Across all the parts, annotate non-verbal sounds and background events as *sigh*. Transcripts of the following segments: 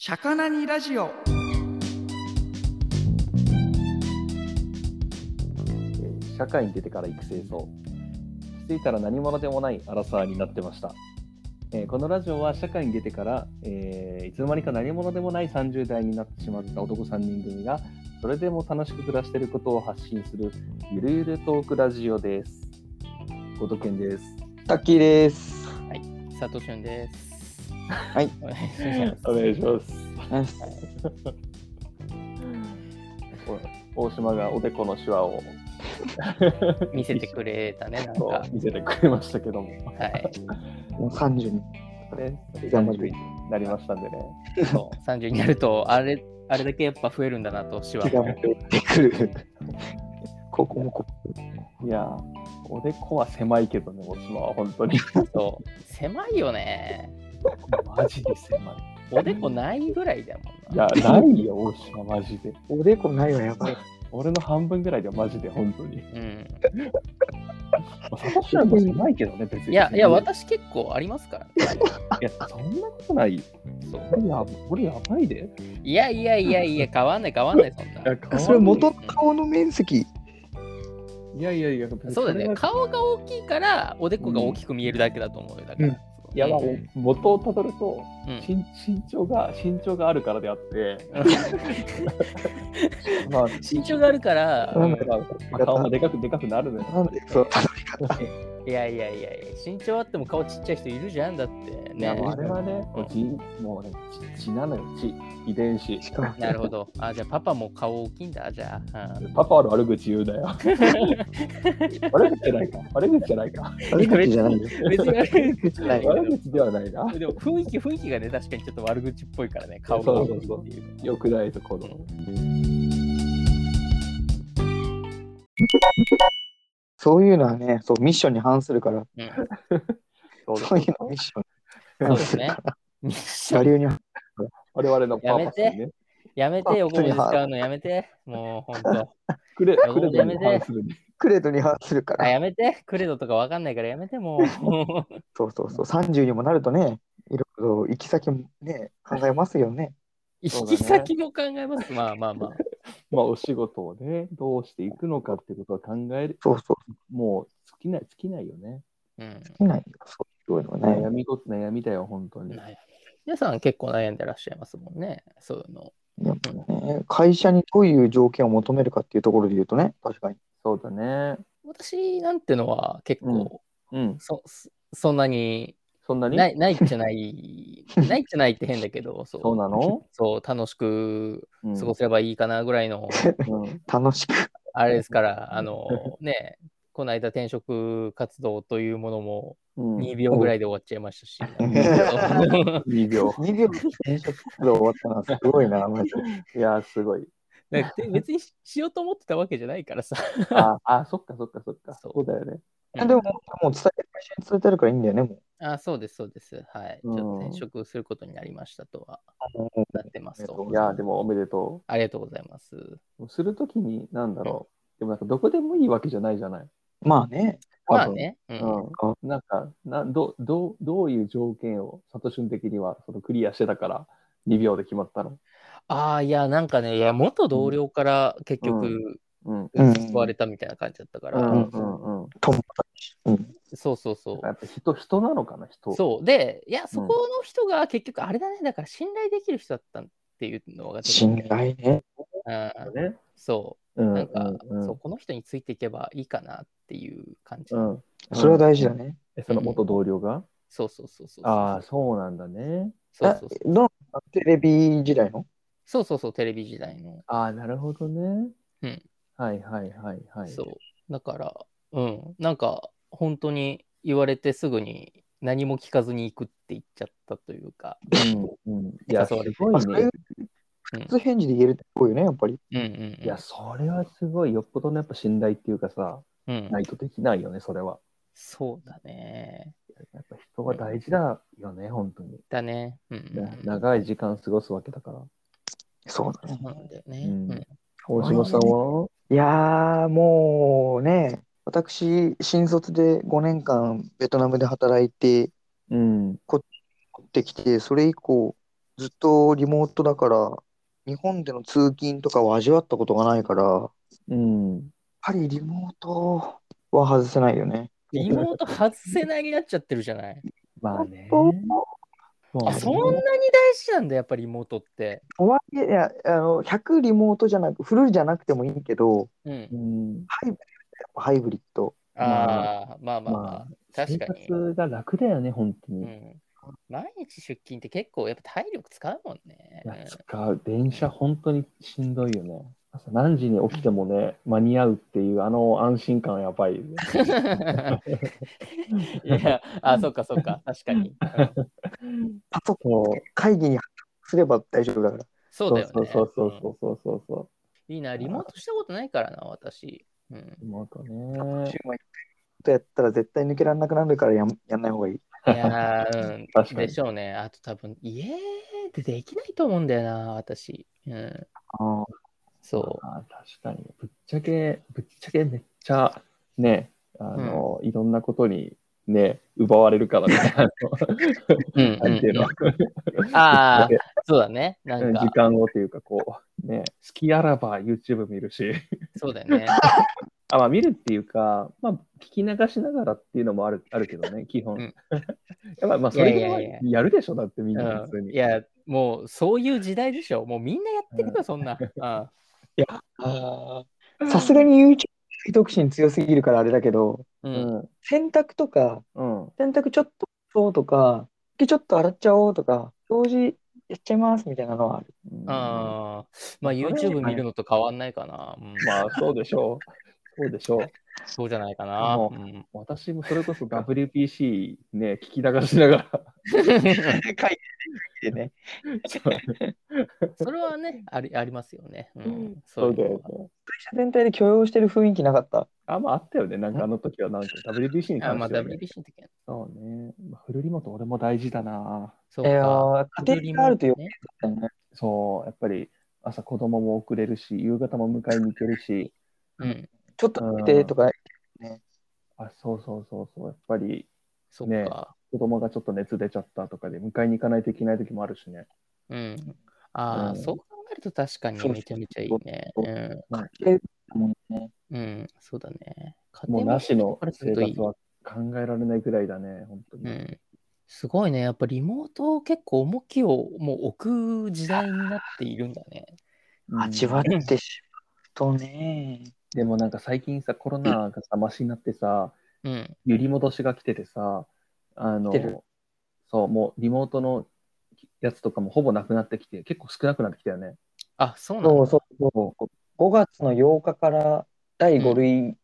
シャカナにラジオ。えー社会に出てから育成層気づいたら何者でもないアラサーになってました、えーこのラジオは社会に出てから、えーいつの間にか何者でもない30代になってしまった男3人組がそれでも楽しく暮らしていることを発信するゆるゆるトークラジオです後藤健ですタッキーです。佐藤俊です。はい。お願いします。お願いします大島がおでこのシワ *laughs* を *laughs* 見せてくれたね、なんか。こうは見せてくれましたけども、い。もう三十 *laughs* ね、頑張30るになりましたんでねそう30になると、あれ、あれだけやっぱ増えるんだなと、手話手がも。持ってくる。 *laughs* ここもこいやーおでこは狭いけどね大島は本当にそう狭いよね。マジで狭いおでこないぐらいだもんいな。や、ないよ、大島、マジで。おでこないわやばい。俺の半分ぐらいで、マジで、本当に。うん、まあサトシなんかないけどね、別に。いや、いや、い私結構ありますから、ね。や、そんなことないよ。そう俺や、俺やばいで。いいやいやいやいや、変わんない、変わんない、そんな。や *laughs* それ元の顔の面積。いやいやいや、そうだね、別に顔が大きいから、おでこが大きく見えるだけだと思うよ。だから。うんそういや、まあうん元をたどると、うん身身長が、身長があるからであ *laughs* って、まあ、身長があるから、うんまあまあ顔もでかくでかくなるのよ。なんでそうたどり方。いやいやいやいや、身長あっても顔ちっちゃい人いるじゃんだっていや、ね。もうあれはね、もうじもうね、血血なのよ、血、遺伝子。しかもなるほど。あ、じゃあパパも顔大きいんだ、じゃあ。パパの悪口言うな *laughs* よ。悪口じゃないか。悪口じゃないか。悪口じゃないです。うん、別にあれ口ない。悪口ではないな。でも雰囲気、雰囲気がね、確かにちょっと悪口っぽいからね、顔そがう大そうきそいうっていう。よくないところ。 *laughs* そういうのはね、そうミッションに反するから、うん、そういうのミッションにそう反ですするねか。ら。我流に反我々のパーパスにね。やめて、横文字使うのやめて。もう、ほんと。くれ、やめくれてどに反するね。クレードに反するかあ、ら。やめて。クレドとかわかんないからやめて、*laughs* もう。そうそうそう。三十にもなるとね、いろいろ行き先もね考えますよね。そう行だねき先も考えます。まあまあまあ。まあ、お仕事をね、どうしていくのかってことを考える。そうそう。もう、尽きない、尽きないよね。うん。好きないよそういうのね悩。みごと悩みだよ、本当に。皆さん結構悩んでらっしゃいますもんね。そういうの。やっぱね、会社にどういう条件を求めるかっていうところで言うとね、確かに。そうだね。私なんてのは結構、うんうん。そそそんなにそんなにないないじゃない *laughs* ないじゃないって変だけどそうそうなの *laughs* そう楽しくうん過ごせればいいかなぐらい *laughs* の、うん楽しく。あれですから *laughs* あのねこの間転職活動というものもうん2秒ぐらいで終わっちゃいまし *laughs* たし、 *laughs* 2秒。 2秒で転職活動終わったのはすごいな、マジで。いやー、すごい。 *laughs* だって別にししようと思ってたわけじゃないからさ *laughs* あ、あ、そっかそっかそっか。そうそうだよね。あでも、もう伝えて、会社に伝えてるからいいんだよね、もう。あそうですそうですはいちうんょっと転職することになりましたとはなってますと、いやー、でもおめでとう。ありがとうございますするときに、なんだろう、でもなんかどこでもいいわけじゃないじゃない。まあね、まあね、う多ん分。うんうん、なんかなどどう、どういう条件を、サトシュン的にはそのクリアしてたから、2秒で決まったの。ああ、いや、なんかね、いや、元同僚から結う局、ん。うん救われたみたいな感じだったかうら、んうんうん。友達。うん。そうそうそやっぱ人、人なのかな、人。う。そう。で、いや、そこの人が結局、あれだね、だから信頼できる人だったっていうのが、信頼ね。うん。ね。そうんう。うなんんか、うんそう、この人についていけばいいかなっていう感じ。うん。それは大事だね。えその元同僚が、そうそうそうそう。ああ、そうなんだね。そうあそうそう。どのテレビ時代のそうそうそう、テレビ時代の。ああ、なるほどね。うん。はいはいはいはい。そう。だから、うん。なんか、本当に言われてすぐに何も聞かずに行くって言っちゃったというか。うんうん。いや、す誘われてごあいそねれ。普通返事で言えるってすごいよね、やっぱり。うんうんうんいや、それはすごい、よっぽどのやっぱ信頼っていうかさ、うんないとできないよね、それは。そうだね。やっぱ人は大事だよね、本当に。だね。うんうんうん、長い時間過ごすわけだから。そうだそうね。なんだよね。うんうん大島さんはいやー、もうね、私、新卒で5年間ベトナムで働いて、うん。持ってきて、それ以降、ずっとリモートだから、日本での通勤とかを味わったことがないから、やっうん。ぱりリモートは外せないよね。リモート外せないになっちゃってるじゃない。まあね。あ、そんなに大事なんだ、やっぱりリモートって。とはいえ、いや、あの、100リモートじゃなく、フルじゃなくてもいいけど、うんう。ん。ハイブリッド、ハイブリッド。ああ、まあまあまあ、確かに。生活が楽だよね、本当うに。ん。毎日出勤って結構やっぱ体力使うもんね。いや使う電車本当にしんどいよね朝何時に起きてもね間に合うっていうあの安心感やばいよね *laughs* いや、あ、そっかそっか、確かに。うんパソコンで会議にすれば大丈夫だから。そそううだよね。そうそうそううんそうそうそうそいいな、リモートしたことないからな、私。うんうなんか週ね末とやったら絶対抜けられなくなるからやんやんない方がいい。いや *laughs* ー、うん、確かにでしょうね。あと多分、家でできないと思うんだよな、私。うん。あそあ確かにぶっちゃけぶっちゃけめっちゃねあの、いろんなことにね奪われるから *laughs* ねあう。うんのなんていうのうんうん *laughs* ああ、そうだね。なうんんか *laughs* 時、間をというかこうね好きあらば YouTube 見るしそうだよ *laughs* ね。あ、まあ、見るっていうか、まあ、聞き流しながらっていうのもあるあるけどね、基本。うん *laughs* やっぱまあ、それいぐやらいやいやいやるでしょ、だってみんな普う通ん、に。いや、もうそういう時代でしょ。もうみんなやってるよ、そんな。うんあ。さすがに YouTube 独身強すぎるからあれだけど、うう。んん。洗濯とか、うん。洗濯ちょっとそうとか、服ちょっと洗っちゃおうとか、掃除やっちゃいますみたいなの *laughs* はある。まあ、あーまあ YouTube 見るのと変わんないかな。うん、そうでしょう。そうでしょう。そうじゃないかな。もううん、私もそれこそ WPC ね、聞き流しながら。会議でね。それはねあり、ありますよね。うん、そういだよのねは。会社全体で許容してる雰囲気なかった。あ、まああったよね。なんかあの時はなんか WPC にあ関まあ、しては、ね。 WBC の時は。そうね。まあ、フルリモート俺も大事だな。そういやか。ー家庭があるとよかね。ったよね。そう、やっぱり朝子供も遅れるし、夕方も迎えに行けるし。うん。ちょっと見てとか、あそうそうそうそう、やっぱりそっねか。子供がちょっと熱出ちゃったとかで迎えに行かないといけない時もあるしね。うん。ああ、うんそう考えると確かにそうめちゃめちゃいいね。。そううんもうね、うん。そうだね。家もうなしのからす生るといい活は考えられないぐらいだね、本当うに。ん。すごいね。やっぱリモートを結構重きをもう置く時代になっているんだね。味わってしまうとね。でもなんか最近さ、コロナがさ、マシになってさ、うん。揺り戻しが来ててさ、あ来てるの、そう、もうリモートのやつとかもほぼなくなってきて、結構少なくなってきたよね。あ、そうなんそうだ。そうそう。5月の8日から第5類イン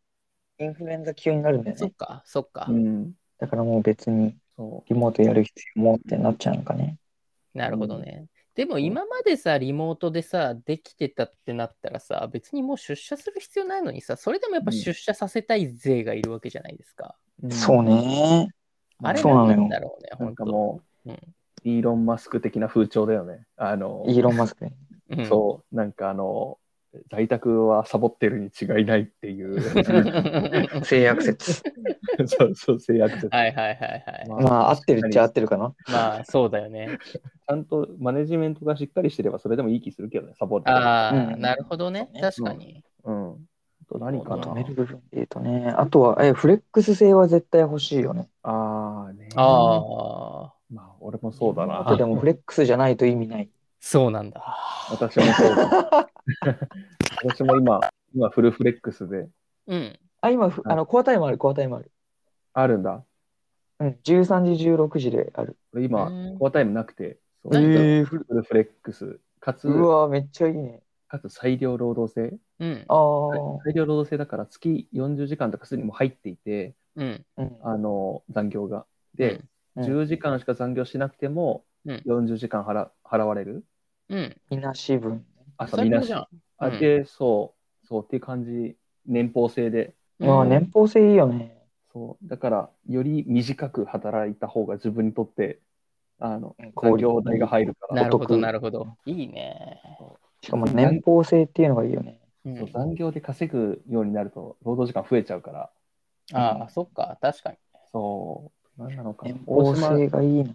フルエンザ級になるんだよそっね。か、そっか。ん。だからもう別にそリモートやる必要もってなっちゃうのかね。なるほどね。でも今までさ、リモートでさ、できてたってなったらさ、別にもう出社する必要ないのにさ、それでもやっぱうん出社させたい勢がいるわけじゃないですか。う。そうね。あれそうなの何よなんだろうね、なほんんかと。もう、うんイーロン・マスク的な風潮だよね。あの、イーロン・マスクね。うん *laughs* そう、なんかあの、在宅はサボってるに違いないって *laughs* いう、は制約説。そうそう、制約説。いはいはいはい。まあ、合ってるっちゃ合ってるかな。まあ、そうだよね。ちゃんとマネジメントがしっかりしてれば、それでもいい気するけどね、サボってる。ああ、うんなるほどね。確かに。うん。あと何かまな止める部分で言うとね。あとは、え、フレックス性は絶対欲しいよね。ああね。ああ、まあ、俺もそうだあなと。でもフレックスじゃないと意味ない。そうなんだ。 *laughs* 私もそうだ。私も今、今フルフレックスでうん。あ、今、ふあの、コアタイムある、コアタイムある。あるんだ。うん、13時、16時である。俺今うん、コアタイムなくて、そうえー、フルフルフレックス、かつ、うわ、めっちゃいいね。かつ裁量労働制。うんあ。はあい、裁量労働制だから月40時間とかすでにもう入っていて、うん。うん。あの残業が。で、うん10時間しか残業しなくてもうん40時間払払われる。うん。みなし分。朝最見高なじしゃ。ん。あうんで、そう、そうっていう感じ、年俸制で。まあ、年俸制いいよね。そうだから、より短く働いた方が自分にとって、あのうん残業代が入るかなら、るほおど、得なるほど。いいね。しかも年俸制っていうのがいいよね。うんそう残業で稼ぐようになると、労働時間増えちゃうから、ああ、そっか、確かに。そう、なんなのかな年。大俸島制がいいな。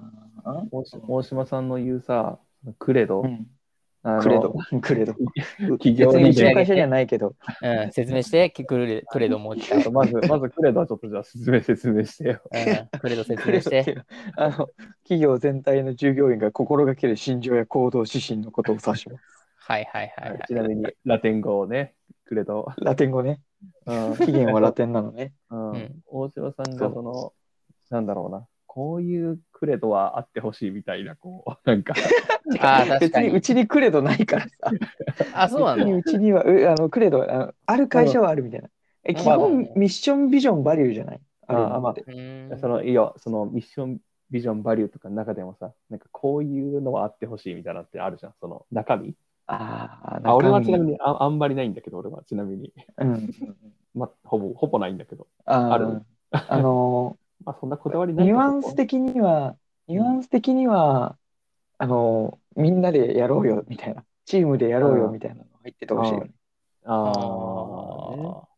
大島大島さんの言うさ、くれど、うんあの *laughs* クレド。クレド。企業別ににう *laughs* ちの会社にはないけど。うん、説明して、くれくれどもう一あ回。とまず、まずクレドはちょっとじゃあ説明説明してよ。うん、くれど説ク明レしドってい *laughs* て。うあの企業全体の従業員が心がける心情や行動指針のことを指します。はいはいはい、はいちなみに、ラテン語をね、クレド。ラテン語ね。うん起源はラテンなのね。うんうん大城さんがその、なんだろうな、こういうクレドはあってほしいみたいな、こう、 *laughs* なんか、 *laughs* あー確別かににう。ちにクレドないからさ。あ、そうな別にのうちにはうあのクレドはあのある会社はあるみたいな。え基うん本ミッションビジョンバリューじゃない。あるのってあまあうんその、いや、そのミッション、ビジョン、バリューとかの中でもさ、なんかこういうのはあってほしいみたいなのってあるじゃん、その中身。ああ、俺はちなみに。にあ、あんまりないんだけど、俺はちなみに、うん、ま、ほぼ、ほぼないんだけど、ああある *laughs* る。あのまあ、そんなこだわりないニけュどアンス的には、ニュアンス的には、あのみんなでやろうよみたいな、チームでやろうよみたいなの入っててほしいよね。ああ、ねあー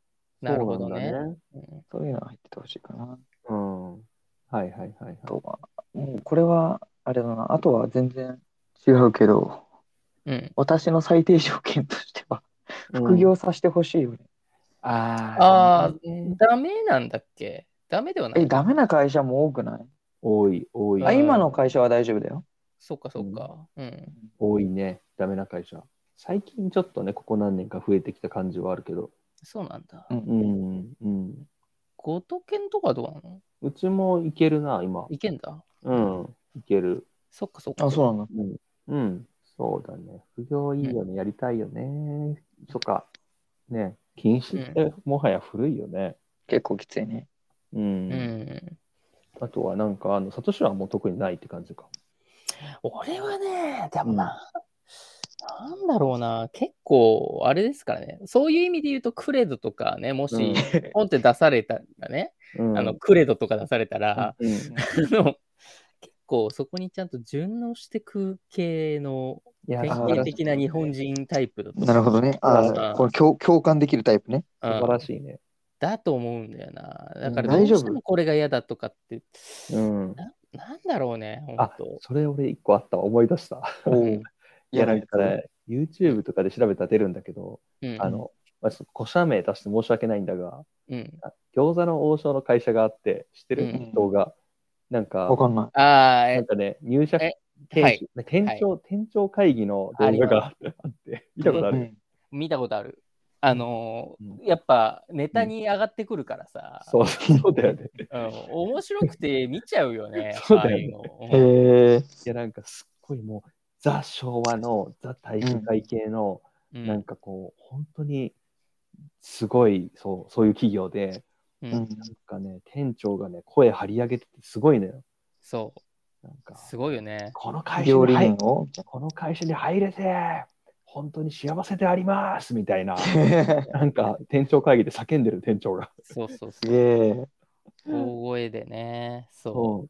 なるほどねそ。うなんだうんそういうのは入っててほしいかな。うん。はいはいはい、はいあ。とは、もうこれは、あれだな、あとは全然違うけど、うん。私の最低条件としては、副業させてほしいよね。あああー、ダメなんだっけダメではなえ、い。ダメな会社も多くない多い、多いうんあ、。今の会社は大丈夫だよ。そっかそっか。うん。多いね、ダメな会社。最近ちょっとね、ここ何年か増えてきた感じはあるけど、そうなんだ。うん、うん。ごとけんとかどうなのうちもいけるな、今。いけんだ。うん、いける。そっかそっか。あ、そうなんだ。うん、うん、そうだね。副業いいよね、やりたいよね。とか、ね、禁止ってもはや古いよね。結構きつい *laughs* ね。うん。うん。あとはなんか、あの、サトシはもう特にないって感じか。俺はね、でもな、なんだろうな、結構、あれですからね、そういう意味で言うと、クレドとかね、うもんし、ポンって出されたらね、うん、あの、クレドとか出されたら、うん、あの結構そこにちゃんと順応してく系のいや典素晴型らしい的な日本人タイプだとなるほどね。うあんこの共共感できるタイプね。うん素晴らしいね。だと思うんだよな。だからうんどう大丈夫してもこれが嫌だとかって、うん。なんだろうね、ほんあと。それ俺一個あったわ思い出した。ういんいや、や、ななんんかかね、YouTube とかで調べたら出るんだけど、うんあの、まあ、ちょっとご社名出して申し訳ないんだが、うん餃子の王将の会社があって、知ってうるん人が、なんか、わかんない。ああ、なえんかね、入社え研はい修店長、店長会議の動画があって、 *laughs* 見たことあうる。ん見たことある。あのーうやっぱネタに上がってくるからさ、そうそうだよ *laughs* ね。うん、面白くて見ちゃうよね *laughs* 、そうだよねああいうのうんへえ。いや、なんかすっごいもう、ザ昭和の、ザ体育会系の、うんなんかこう、本当に、すごい、そう、そういう企業で、ううんんなんかね、店長がね、声張り上げててすごいのよ。そなんう、か、すごいよね。この会社料に理入人をこの会社に入れて、本当に幸せでありますみた *laughs* いな、すなんか店長会議で叫んでる店長が。そうそうそう。げえ。大声でね、そう。うん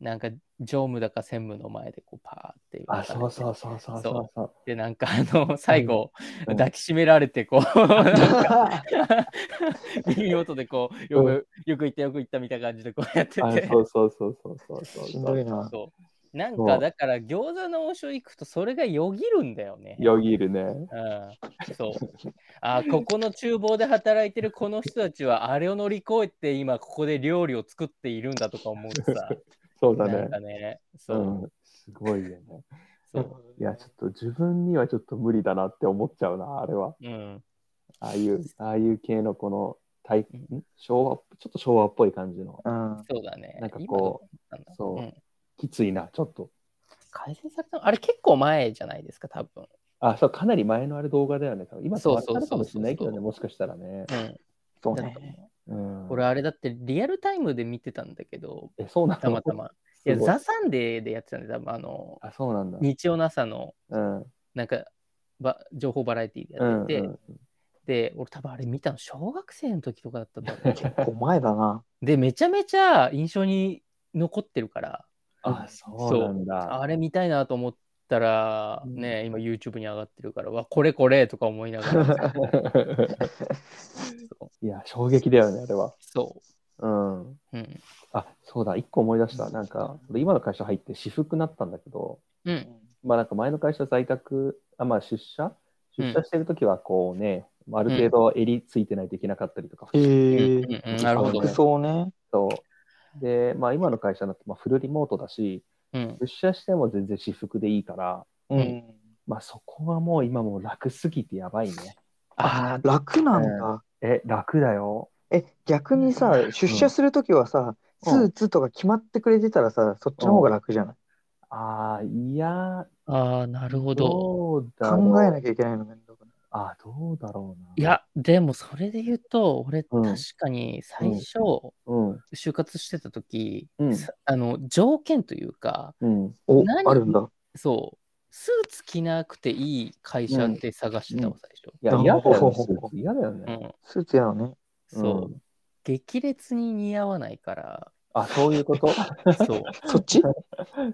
なんか常務だか専務の前でこうパーって言あ、わされてそうそうそうそうそう *laughs* そう。で、なんかあの、最後、うん抱きしめられ *laughs* て、こう、なんか *laughs* 耳元でこう、よく、よく行ったよく行ったみたいな感じでこうやってあて。そうそうそうそうそうそう。 *laughs* しんどいな。そうなんそうかだから餃子の王将行くとそれがよぎるんだよね。よぎるね。うん、そうあここの厨房で働いてるこの人たちはあれを乗り越えて今ここで料理を作っているんだとか思うとさそうだなねん。かねそうう、ん、すごいよね。そいや、ちょっと自分にはちょっと無理だなって思っちゃうな、あれは。う、うん、ああいう、ああいう系のこの、たいん昭和、ちょっと昭和っぽい感じの。うん。そうだねなんかこう今どうなんだそううんきついな、ちょっと。改善されたのあれ結構前じゃないですか多分、あ、そう、かなり前のあれ動画だよね。多分今とそうわそうそうかるかもしれないけどそうね、そうもしかしたらね。うん、そうなんねうか。ん、俺あれだってリアルタイムで見てたんだけどえ、そうなんだ。たまたまい *laughs* すやごいザ・サンデーでやってたんで多分あのあ、そうなんだ。日曜の朝のうん。なんかば情報バラエティでうやんっうてて、ん。で俺多分あれ見たの小学生の時とかだったんだよねお前だな。でめちゃめちゃ印象に残ってるからあ、そうなんだ。あれ見たいなと思ったらうんね、今 YouTube に上がってるからわこれこれとか思いな *laughs* がらそういや、衝撃だよね、あれは。そうん。ううんあ、そうだ、一個思い出した。なんか、俺今の会社入って私服になったんだけど、うんまあなんか前の会社在宅、あまあ出社出社してるときはこうね、ある程度襟ついてないといけなかったりとか、へえうんうんうんなるほど服装ね。そうで、まあ今の会社だとまあフルリモートだし、うん出社しても全然私服でいいから、うんん。まあそこはもう今もう楽すぎてやばいね。ああ、楽なんだ。え、楽だよ。え、逆にさ、出社するときはさ、スうんーツとか決まってくれてたらさ、そっちの方が楽じゃないああ、いや、ああ、なるほど。どうだろう。考えなきゃいけないのめんどくない。あーどうだろうな。い、や、でもそれで言うと、俺、うん確かに最初、うん、就活してた時、うんさあの条件というか、うん。お何、あるんだ。そう、スーツ着なくていい会社で探してたわ、最初。いや、うん嫌だよねほうほうほ。う嫌だようね。ん、スーツやのね。そう、うん激烈に似合わない *laughs* から、あ、そういうこと。そう、そっちそ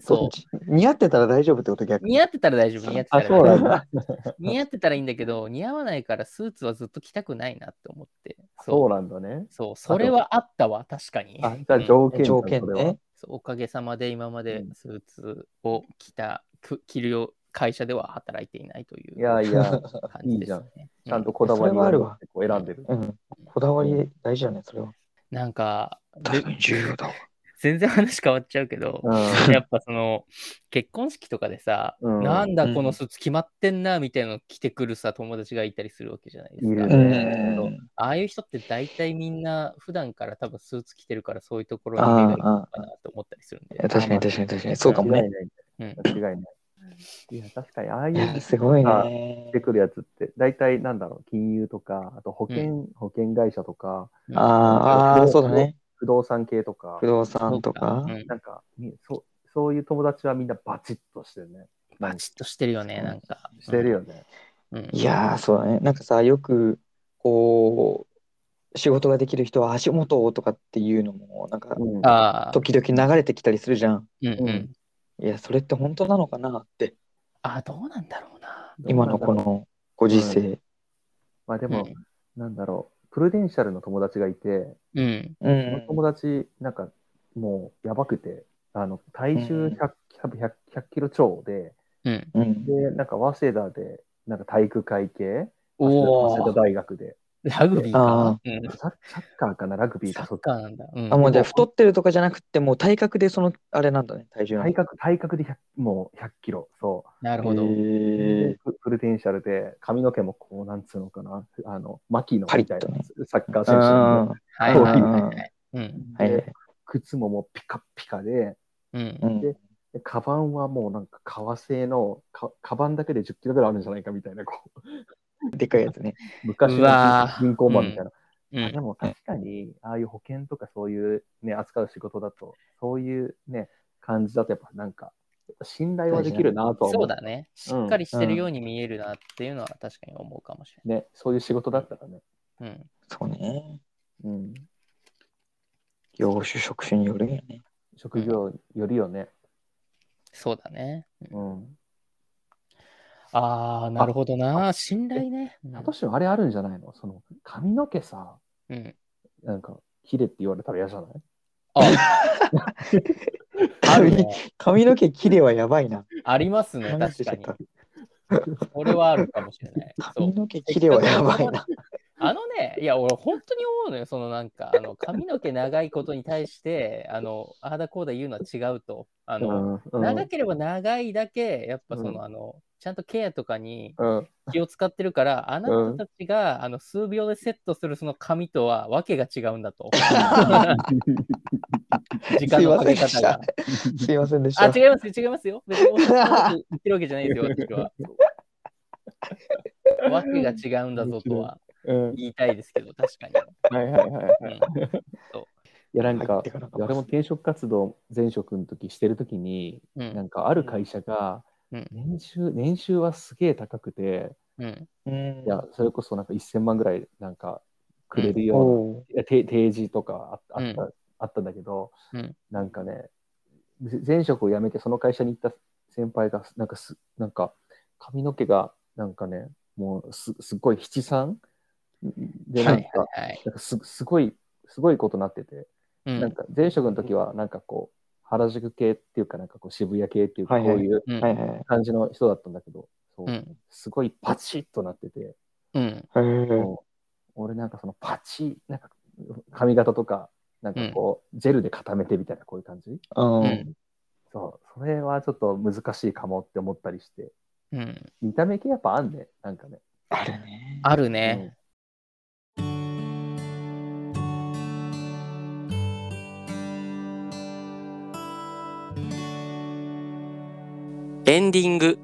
そっち似合ってたら大丈夫ってことう。逆に。似合ってたら大丈夫、似合ってたあ、らそうな大丈ん夫。だ。 *laughs* 似合ってたらいいんだけど、似合わないからスーツはずっと着たくないなって思って。そそうう。なんだね。そう、それはあったわ、確かに。あ、じゃあ条件だ条件。それはね。そうおかげさまで今までうんスーツを着た、く着るよう会社では働いていないといういやいや、感じです、ね。ちゃんとうこだわりそれはあるを持わってこう選んでる。うん。こだわり大事だね、それは。なんか、で重要だわ。全然話変わっちゃうけど、うやっぱその結婚式とかでさ、うんなんだこのスーツ決まってんなみたいなの着てくるさ友達がいたりするわけじゃないですいか。るねそうああいう人って大体みんな普段から多分スーツ着てるからそういうところに目がいくのかなと思ったりするんで。確かに確かに確かに。そうかん。も間違ねい。ない。う間違いない。いや、確かに、ああいいうや、すごいあね出。てくるやつって、大体なんだろう、金融とか、あと保険、保険会社とか、ああああ、そうだね。不動産系とか不、動産とかう。んなんか、みそう、そういう友達はみんなバチッとしてるね。バチッとしてるよね、なんか。してるよね。うん。いやー、そうだね。なんかさ、よく、こう、仕事ができる人は足元をとかっていうのも、なんか、うんああ、時々流れてきたりするじゃん。うんううんん。いや、それって本当なのかなって、ああ、どうなんだろうな。今のこ。のご時世。まあででも、、なんだろう、プルデンシャルの友達がいて、うん。うそのん。友達、なんか、もう、やばくて、あの、体重うん 100, 100, 100キロ超で、うん。うん。で、なんか、早稲田で、なんか、体育会系、お早稲お、田大学で、ラグビーかあ。うんサッサッカーかな、ラグビーサか、ッカーなんだ。うんあ、もうじゃあ太ってるとかじゃなくって、もう体格でその、あれなんだね、体重の。体格、体格で100もう100キロ、そなるほどへ。う。ーでフルテンシャルで、髪の毛もこう、なんつうのかな、あの、牧野パリみッたいとなね、サッカーう選ん。はいはいはいうんはい。うん。手はいではでい。靴ももうピカピカで、うんう。んででカバンはもうなんか革製のか、カバンだけで10キロぐらいあるんじゃないかみたいな、こう *laughs* でっかいやつね。昔うわのー銀行マンみたいな。うあでんも確かに、ああいう保険とかそういうね、扱う仕事だと、そういうね、感じだとやっぱなんか、信頼はできるなとは思そうだね。しっかりしてるように見えるなっていうのは確かに思うかもしね。そういう仕事だったらね。れない。うん。そうね。うん。業種、職種によるんやね。職業よりよね。そうだね。うん。ああ、なるほどな。信頼ね。うんサトシはあれあるんじゃないのその髪の毛さ、うん。なんか、切れって言われたら嫌じゃない *laughs* あ、ある髪ね。髪の毛切れはやばいな。ありますね。話確しかてに。た。これはあるかもしれない。そう髪。の毛切れはやばいな。あのね、いや、俺、本当に思うのよ、そのなんか、あの髪の毛長いことに対して、あの、ああだこうだ言うのは違うと。あの、うん長ければ長いだけ、やっぱその、うんあの、ちゃんとケアとかにうん。気を使ってるから、あなたたちが、あの数秒でセットするその髪とはわけが違うん *laughs* だと。 *laughs* 時 *laughs* 間のかけ方が。すいませんでしあ、た。違いますよ、違いますよ。別に俺そんなこと言ってるわけじゃないですよ、私 *laughs* は。わけが違うんだぞとはうん、言いたいですけど、確かに。はいはいはい。 *laughs* うい、んやなん入っかて、かなかった俺も転職活動前職の時してる時に、うなんんかある会社がうん年収、年収はすげえ高くて、うんうんいや、それこそなんか1000万ぐらいなんかくれるような、おういやて提示とかああった、うあったんだけど、うんなんかね、ぜ前職を辞めてその会社に行った先輩が、なんかす、なんか髪の毛が、なんかね、もうすすっごい七三で、はなんか、いはいはいなんかすすごい、すごいことになってて、うんなんか前職の時は、なんかこう、原宿系っていうか、なんかこう渋谷系っていうか、はいこはいういううんはいはい。感じの人だったんだけど、そううんすごいパチッとなってて、うんへーもう俺なんかそのパチッ、なんか髪型とか、なんかこう、ジェルで固めてみたいな、こういう感じ。うんうんそう、それはちょっと難しいかもって思ったりして、うん見た目系やっぱあんね、なんかね。あるね。あるね、エンディング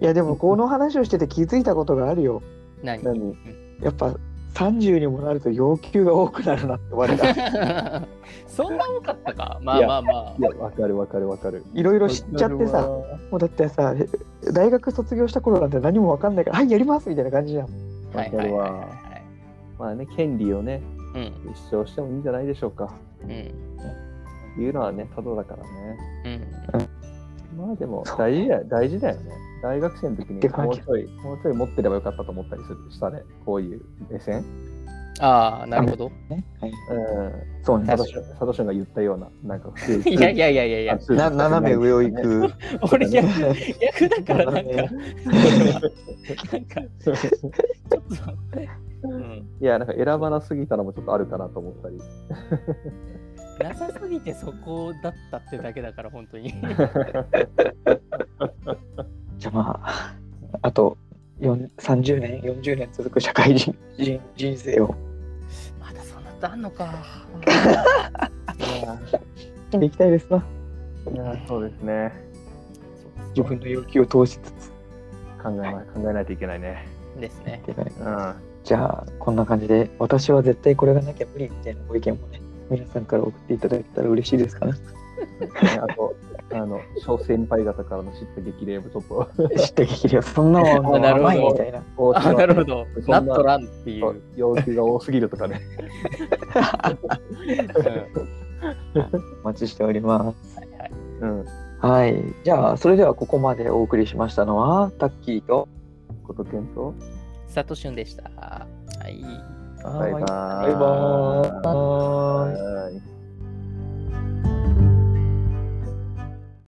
いやでもこの話をしてて気づいたことがあるよ。何うん何やっぱ30にもなると要求が多くなるなって割れ *laughs* た。 *laughs* そんな多かったかまあまあまあいや、わかるわかるわかる。いろいろ知っちゃってさ、もうだってさ、大学卒業した頃なんて何もわかんないから、はい、やりますみたいな感じじゃん。はいはいはいはいまあね、権利をね、はいうん主張してもいいんじゃないでしょうか。うんいうのはね、ただだからね。うんまあでもそう大事だよ、大事だよね。大学生の時でにかいもうちょい、もうちょい持ってればよかったと思ったりするしたね、こういう目線。ああなるほどねはい、うん。そうねサ。トシサトシが言ったような、なんか普通いやいやいやいやいやな斜め上を行。く。俺逆逆だからなんかそれはなんか普通にねちょっとうん *laughs* いや、なんか選ばなすぎたのもちょっとあるかなと思ったり。なさすぎてそこだったってだけだから本 *laughs* 当にじゃあまあ、あと4 30年、40年続く社会人人人生をまだそんなことあんの *laughs* か生きていきたいですな。いやそうですね。自分の要求を通しつつ。考えな考えないといけないね。ですねっていううかん。じゃあ、こんな感じで、私は絶対これがなきゃ無理みたいなご意見もね、皆さんから送っていただけたら嬉しいです *laughs* かね。ねあと、あの、小先輩方からの知った激励もちょっと、知ってきれよ。そんなもあんなるほど甘いみたいな。大あ島なるほどそんななっとらんっていう、要求が多すぎるとかね。うんお待ちしております。はいはいうん。はい。じゃあ、それではここまでお送りしましたのは、タッキーと、ことけんと、サトシュンでしたはいババイバーイバイバーはイ。い。